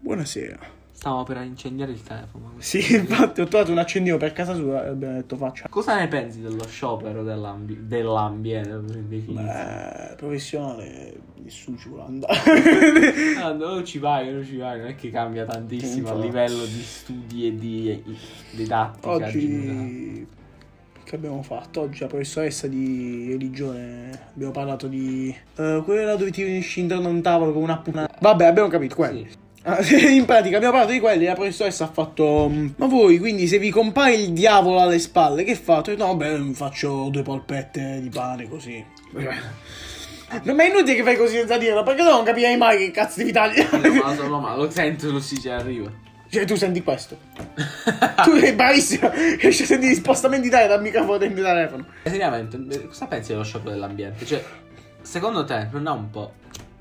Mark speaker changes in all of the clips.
Speaker 1: Buonasera.
Speaker 2: Stavo per incendiare il telefono.
Speaker 1: Sì, infatti ho trovato un accendino per casa sua e abbiamo detto faccia.
Speaker 2: Cosa ne pensi dello sciopero dell'ambi- dell'ambiente? per definizione?
Speaker 1: Beh, Eh, professionale, nessuno ci vuole andare.
Speaker 2: Ah, non ci vai, non ci vai, non è che cambia tantissimo a
Speaker 1: Infatti.
Speaker 2: livello di studi e di di didattica. di-
Speaker 1: Oggi che abbiamo fatto? Oggi la professoressa di religione abbiamo parlato di eh, quella dove ti unisci intorno a un tavolo con una puttana. Vabbè, abbiamo capito quelli.
Speaker 2: Sì.
Speaker 1: Ah, In pratica abbiamo parlato di quelli e la professoressa ha fatto "Mm, Ma voi quindi se vi compare il diavolo alle spalle che fate? No beh mm, faccio due polpette di pane così Non è inutile che fai così senza dirlo perché tu non capirei mai che cazzo devi
Speaker 2: No,
Speaker 1: tagliare
Speaker 2: ma sono- ma lo sento, lo si ci arriva.
Speaker 1: Cioè tu senti questo
Speaker 2: Ah.
Speaker 1: Tu sei bravissimo Riesci a sentire gli spostamenti d'aria dal microfono del mio telefono
Speaker 2: Seriamente, eh, cosa pensi dello sciopero dell'ambiente? Cioè, secondo te non ha un po'.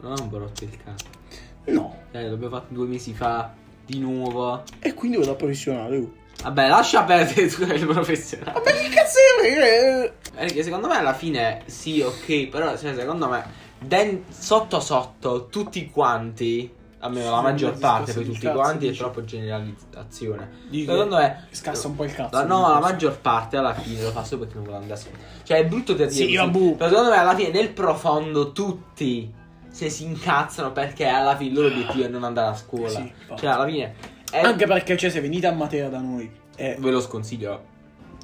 Speaker 2: Non ha un po' rotto il cazzo.
Speaker 1: No
Speaker 2: Dai, l'abbiamo fatto due mesi fa, di nuovo.
Speaker 1: E quindi vado a professionale uh. Ah,
Speaker 2: Vabbè, lascia perdere tu il professionale.
Speaker 1: Ma che cazzo è? Eh,
Speaker 2: Perché secondo me alla fine sì, ok, però cioè, secondo me den- sotto sotto tutti quanti, almeno la
Speaker 1: Sì,
Speaker 2: maggior
Speaker 1: ma
Speaker 2: parte
Speaker 1: discorsi
Speaker 2: per
Speaker 1: di
Speaker 2: tutti
Speaker 1: cazzo,
Speaker 2: quanti è
Speaker 1: dici.
Speaker 2: troppo generalizzazione.
Speaker 1: Dici
Speaker 2: secondo
Speaker 1: che
Speaker 2: me
Speaker 1: Scassa un po' il cazzo
Speaker 2: la- no,
Speaker 1: quindi
Speaker 2: la
Speaker 1: questo.
Speaker 2: maggior parte alla fine lo fa solo perché non vuole andare solo. Cioè è brutto da dire.
Speaker 1: Sì,
Speaker 2: così,
Speaker 1: vabbù.
Speaker 2: però secondo me alla fine nel profondo tutti se si incazzano perché alla fine il loro obiettivo è non andare a scuola.
Speaker 1: Sì, infatti.
Speaker 2: cioè alla fine è-
Speaker 1: Anche perché cioè se venite a Matera da noi eh,
Speaker 2: ve lo sconsiglio.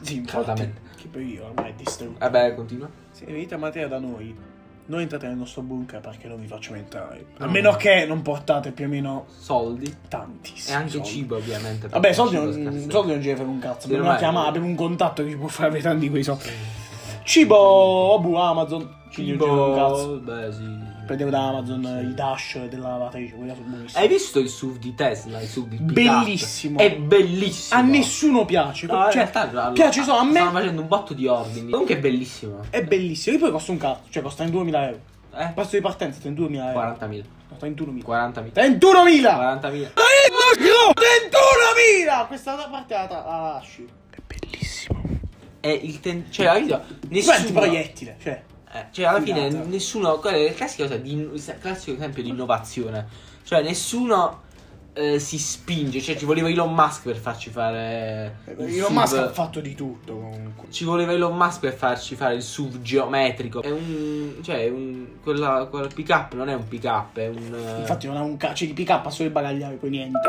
Speaker 1: Sì,
Speaker 2: Assolutamente.
Speaker 1: infatti, Che poi io ormai è distrutto.
Speaker 2: Vabbè, continua.
Speaker 1: Se venite a Matera da noi, non entrate nel nostro bunker perché non vi facciamo entrare. A
Speaker 2: No.
Speaker 1: meno che non portate più o meno
Speaker 2: Soldi. E
Speaker 1: tantissimi.
Speaker 2: anche
Speaker 1: soldi.
Speaker 2: cibo, ovviamente.
Speaker 1: Vabbè,
Speaker 2: perché
Speaker 1: soldi
Speaker 2: il cibo
Speaker 1: non,
Speaker 2: scarso.
Speaker 1: soldi non ce ne frega un cazzo.
Speaker 2: Sì,
Speaker 1: Abbiamo,
Speaker 2: ormai-
Speaker 1: una chiamata, abbiamo un contatto che ci può fare avere tanti di quei soldi. Cibo, Obu, Amazon. Ci non ce ne frega un cazzo.
Speaker 2: Cibo. Beh, sì.
Speaker 1: Prendevo da Amazon
Speaker 2: Sì.
Speaker 1: eh, i dash della lavatrice, quella sono buonissimi.
Speaker 2: Hai visto il SUV di Tesla? Il SUV di pick-up?
Speaker 1: Bellissimo.
Speaker 2: È bellissimo.
Speaker 1: A nessuno piace.
Speaker 2: No, in
Speaker 1: cioè,
Speaker 2: realtà, allora,
Speaker 1: piace solo a me. Eh,
Speaker 2: Stanno facendo un botto di ordini. Comunque è bellissimo.
Speaker 1: È bellissimo. E poi costa un cazzo. Cioè, costa in 2000 euro.
Speaker 2: Eh?
Speaker 1: Il prezzo di partenza è 32.000 euro.
Speaker 2: 40.000.
Speaker 1: No, 31.000.
Speaker 2: 40.000.
Speaker 1: 31.000!
Speaker 2: 40.000.
Speaker 1: 31.000! Questa parte la, la lasci. È bellissimo.
Speaker 2: È il ten... Cioè, hai capito?
Speaker 1: Senti
Speaker 2: Nessuno...
Speaker 1: proiettile, cioè.
Speaker 2: Eh, cioè, alla fine
Speaker 1: Figata.
Speaker 2: nessuno. Quello è il classico, cosa di- il classico esempio di innovazione. Cioè, nessuno eh, si spinge. Cioè, ci voleva Elon Musk per farci fare. il
Speaker 1: Eh, Elon
Speaker 2: SUV.
Speaker 1: Musk ha fatto di tutto comunque.
Speaker 2: Ci voleva Elon Musk per farci fare il SUV geometrico. È un. Cioè, è un. Quella, quella pick up non è un pick up, è un. eh,
Speaker 1: Infatti non ha un cazzo di pick up, ha solo il bagagliaio, poi niente.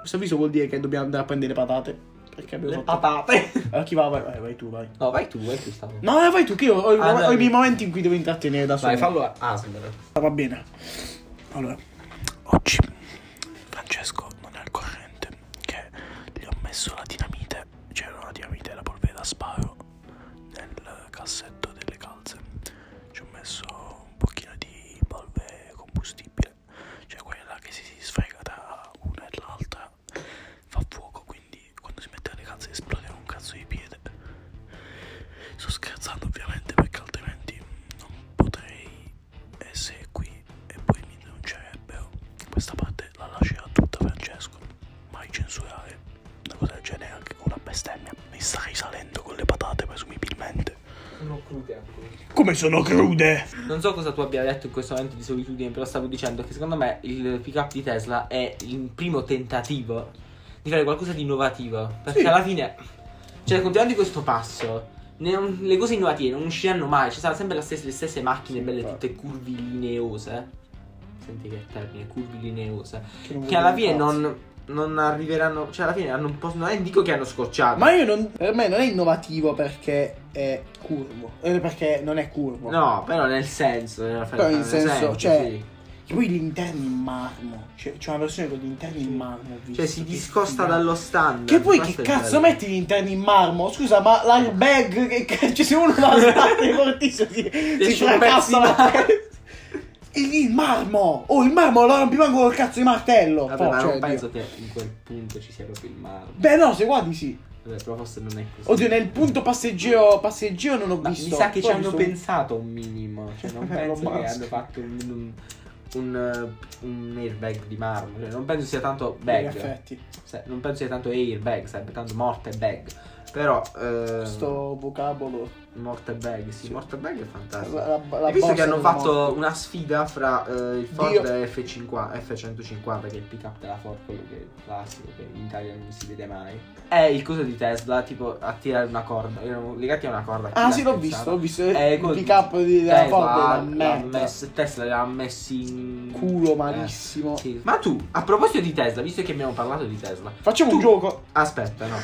Speaker 1: Questo avviso vuol dire che dobbiamo andare a prendere patate. Perché abbiamo
Speaker 2: le
Speaker 1: fatto.
Speaker 2: patate.
Speaker 1: Allora chi va? Vai, vai, vai tu, vai.
Speaker 2: No, vai tu, vai tu, stavo.
Speaker 1: No, eh, vai tu, che io ho, ho
Speaker 2: Ah, dai.
Speaker 1: i miei momenti in cui devo intrattenere da solo.
Speaker 2: Vai, fallo a Asmer.
Speaker 1: Ah, Va bene. Allora, oggi Francesco non è al corrente che gli ho messo la dinamite, c'era una dinamite e la polvere da sparo nel cassetto delle calze. Ci ho messo un pochino di polvere combustibile, cioè quella che si sfrega tra una e l'altra, fa fuoco, quindi quando si mette le calze esplode un cazzo di piede. Sto scherzando ovviamente perché altrimenti non potrei essere qui e poi mi denuncerebbero. Questa parte la lascerà tutta Francesco. Mai censurare una cosa del genere anche con una bestemmia. Mi sta risalendo con le patate presumibilmente.
Speaker 2: Sono crude ancora.
Speaker 1: Come sono crude!
Speaker 2: Non so cosa tu abbia detto in questo momento di solitudine, però stavo dicendo che secondo me il pick up di Tesla è il primo tentativo di fare qualcosa di innovativo. Perché
Speaker 1: Sì.
Speaker 2: alla fine, cioè, continuando di questo passo, ne- le cose innovative non usciranno mai. Ci saranno sempre la stessa- le stesse macchine
Speaker 1: Sì,
Speaker 2: belle,
Speaker 1: infatti.
Speaker 2: tutte curvilineose. Senti che termine, curvilineose. Che alla fine non, non arriveranno. Cioè, alla fine hanno un po'. Non è- dico che hanno scocciato.
Speaker 1: Ma io non. Per me non è innovativo perché è curvo. Eh, Perché non è curvo.
Speaker 2: No, però nel senso.
Speaker 1: Però nel senso, cioè,
Speaker 2: sì.
Speaker 1: Che Poi gli interni in marmo. C'è, c'è una versione con gli interni in marmo. ho visto,
Speaker 2: Cioè si
Speaker 1: che
Speaker 2: discosta
Speaker 1: figata.
Speaker 2: dallo standard.
Speaker 1: Che poi che
Speaker 2: Questo è
Speaker 1: cazzo
Speaker 2: bello.
Speaker 1: metti gli interni in marmo? Scusa, ma l'airbag che cazzo se uno va a sbattere fortissimo si, si
Speaker 2: Esce un
Speaker 1: fracassa la
Speaker 2: pezzo.
Speaker 1: testa. E lì il marmo! Oh, il marmo lo rompi manco col cazzo di martello!
Speaker 2: Vabbè,
Speaker 1: Oh,
Speaker 2: ma
Speaker 1: cioè,
Speaker 2: non
Speaker 1: Dio.
Speaker 2: penso che in quel punto ci sia proprio il male.
Speaker 1: Beh no, se guardi sì.
Speaker 2: Vabbè, però forse non è così.
Speaker 1: Oddio, nel punto passeggero, passeggero non ho
Speaker 2: Ma
Speaker 1: visto.
Speaker 2: mi sa che
Speaker 1: Poi
Speaker 2: ci
Speaker 1: ho
Speaker 2: hanno
Speaker 1: visto un-
Speaker 2: pensato un minimo. Cioè, non
Speaker 1: Elon
Speaker 2: penso che
Speaker 1: Musk.
Speaker 2: hanno fatto un, un, un, un airbag di marmo. Cioè, non penso sia tanto
Speaker 1: In
Speaker 2: bag.
Speaker 1: effetti.
Speaker 2: Se- non penso sia tanto airbag, sarebbe tanto morte bag. Però, eh,
Speaker 1: Sto vocabolo.
Speaker 2: Mortebag, Ah, sì, Mortebag è fantastico.
Speaker 1: La, la- la
Speaker 2: Hai visto
Speaker 1: bossa
Speaker 2: che hanno
Speaker 1: del
Speaker 2: fatto
Speaker 1: morto.
Speaker 2: una sfida fra eh, il Ford
Speaker 1: Dio.
Speaker 2: F5, F150, che è il pick up della Ford, quello che è il classico, che in Italia non si vede mai. E il coso di Tesla, tipo, a tirare una corda. Erano legati a una corda.
Speaker 1: Ah, sì, l'ho visto,
Speaker 2: spezzata.
Speaker 1: l'ho visto.
Speaker 2: Eh,
Speaker 1: il
Speaker 2: col-
Speaker 1: pick up di della
Speaker 2: Tesla
Speaker 1: Ford
Speaker 2: l'ha
Speaker 1: la merda.
Speaker 2: messo- Eh, Tesla l'ha messi in
Speaker 1: Culo
Speaker 2: malissimo
Speaker 1: malissimo.
Speaker 2: Ma tu, a proposito di Tesla, visto che abbiamo parlato di Tesla,
Speaker 1: Facciamo un
Speaker 2: Tu-
Speaker 1: gioco.
Speaker 2: aspetta, no.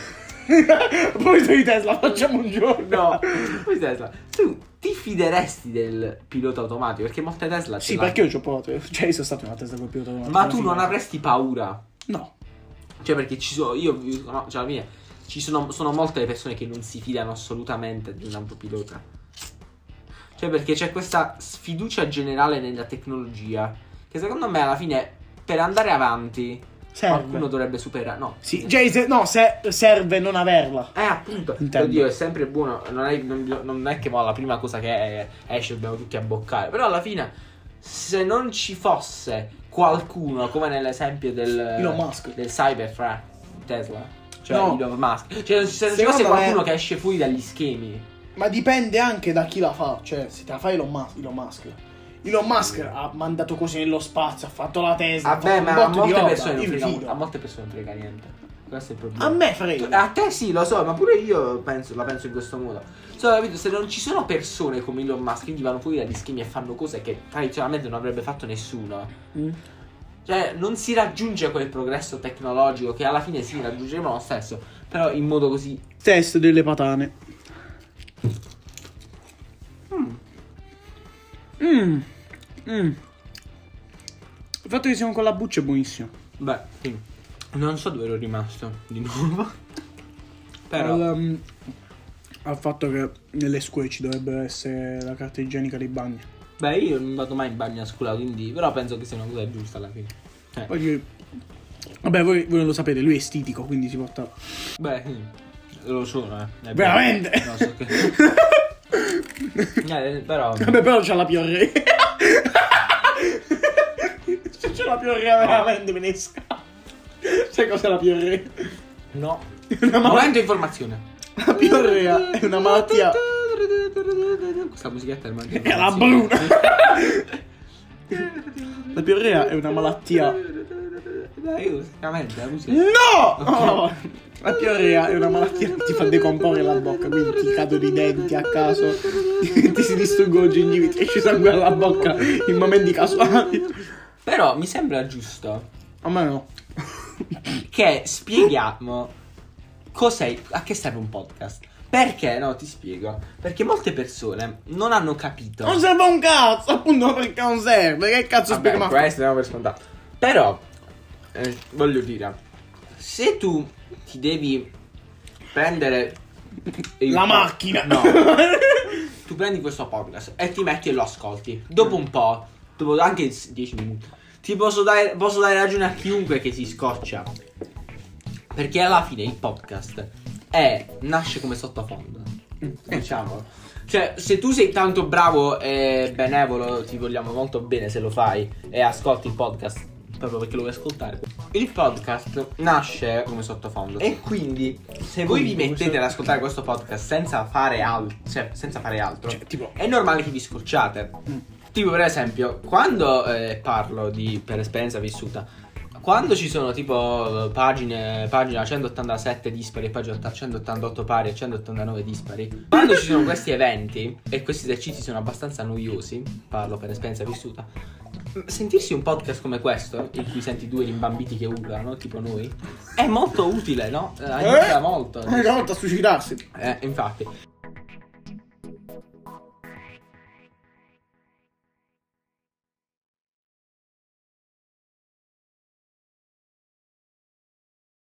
Speaker 1: A proposito di Tesla, facciamo un gioco.
Speaker 2: No, poi Tesla, tu ti fideresti del pilota automatico? Perché molte Tesla ce
Speaker 1: Sì,
Speaker 2: l'hanno.
Speaker 1: perché io ci ho provato. Cioè, io sono stato in una Tesla col pilota automatico.
Speaker 2: Ma tu non avresti paura?
Speaker 1: No.
Speaker 2: Cioè, perché ci sono. Io. No, cioè, alla fine. Ci sono, sono molte persone che non si fidano assolutamente di un autopilota. Cioè, perché c'è questa sfiducia generale nella tecnologia. Che secondo me, alla fine, per andare avanti,
Speaker 1: Serve.
Speaker 2: qualcuno dovrebbe superare. No.
Speaker 1: Sì, cioè, se- no, se serve non averla.
Speaker 2: Eh, appunto.
Speaker 1: Intendo.
Speaker 2: Oddio, è sempre buono. Non è, non- non è che mo, la prima cosa che eh, esce dobbiamo tutti abboccare. Però alla fine, se non ci fosse qualcuno, come nell'esempio del,
Speaker 1: Elon Musk.
Speaker 2: del cyber fra Tesla, cioè
Speaker 1: No.
Speaker 2: Elon Musk, cioè se non ci
Speaker 1: Secondo
Speaker 2: fosse
Speaker 1: me-
Speaker 2: qualcuno che esce fuori dagli schemi.
Speaker 1: Ma dipende anche da chi la fa. Cioè, se te la fa Elon Musk. Elon Musk. Elon Musk ha mandato cose nello spazio, ha fatto la Tesla. ha
Speaker 2: Vabbè,
Speaker 1: fatto Esatto. un
Speaker 2: ma a
Speaker 1: botto di
Speaker 2: molte,
Speaker 1: roba.
Speaker 2: persone non
Speaker 1: Io mi
Speaker 2: frega,
Speaker 1: fido.
Speaker 2: a molte persone non frega niente. Questo è il problema.
Speaker 1: A me
Speaker 2: Tu- ah.
Speaker 1: frega.
Speaker 2: A te sì, lo so, ma pure io penso, la penso in questo modo. Solo, capito, se non ci sono persone come Elon Musk che vanno fuori dagli schemi e fanno cose che tradizionalmente non avrebbe fatto nessuno,
Speaker 1: Mm.
Speaker 2: cioè non si raggiunge quel progresso tecnologico che alla fine si raggiungeremo lo stesso, però in modo così...
Speaker 1: Test delle patane. Mm. Mm. Il fatto che siamo con la buccia è buonissimo.
Speaker 2: Beh, sì. non so dove ero rimasto di nuovo. Però...
Speaker 1: Al, um, al fatto che nelle scuole ci dovrebbe essere la carta igienica dei bagni.
Speaker 2: Beh, io non vado mai in bagno a scuola, quindi... Però penso che sia una cosa giusta alla fine. Eh,
Speaker 1: Poi che- Vabbè, voi, voi non lo sapete, lui è estitico, quindi si porta.
Speaker 2: Beh, sì. Lo sono, eh. È
Speaker 1: Veramente?
Speaker 2: vero. No, so che... Eh, però
Speaker 1: Vabbè, però c'ha la piorrea. Se c'è la piorrea veramente me ne scappa. Sai cos'è la piorrea?
Speaker 2: no.
Speaker 1: Una ma-
Speaker 2: Momento informazione.
Speaker 1: La piorrea è una malattia.
Speaker 2: Questa musichetta è il momento
Speaker 1: È la
Speaker 2: informazione.
Speaker 1: bruna. La piorrea è una malattia.
Speaker 2: Dai, io veramente la musica.
Speaker 1: No! Oh, La piorrea è una malattia che ti fa decomporre la bocca, quindi ti cadono i denti a caso, ti si distruggono i gengivi, ti esce sangue dalla bocca in momenti casuali.
Speaker 2: Però mi sembra giusto
Speaker 1: A me no.
Speaker 2: che spieghiamo cos'è a che serve un podcast. Perché? No, ti spiego. Perché molte persone non hanno capito.
Speaker 1: Non serve un cazzo, appunto perché non serve. Che cazzo
Speaker 2: Vabbè,
Speaker 1: spiega ma
Speaker 2: questo andiamo per scontato. Però, eh, voglio dire, se tu ti devi prendere il-
Speaker 1: La macchina.
Speaker 2: no, tu prendi questo podcast e ti metti e lo ascolti. Dopo un po', dopo anche 10 minuti, ti posso dare, posso dare ragione a chiunque che si scoccia. Perché alla fine il podcast è, nasce come sottofondo. Diciamolo. Cioè, se tu sei tanto bravo e benevolo, ti vogliamo molto bene se lo fai e ascolti il podcast proprio perché lo vuoi ascoltare. Il podcast nasce come sottofondo. E quindi, se voi vi mettete ad ascoltare questo podcast senza fare, al- cioè, senza fare altro,
Speaker 1: Cioè, tipo,
Speaker 2: è normale che vi scocciate. Tipo, per esempio, quando eh, parlo di per esperienza vissuta, quando ci sono tipo pagine, pagina 187 dispari, pagina 188 pari e 189 dispari, quando ci sono questi eventi e questi esercizi sono abbastanza noiosi, parlo per esperienza vissuta, sentirsi un podcast come questo, in cui senti due rimbambiti che urlano, tipo noi, è molto utile, no? Eh, Aiuta molto.
Speaker 1: Una volta a suicidarsi.
Speaker 2: Eh, infatti.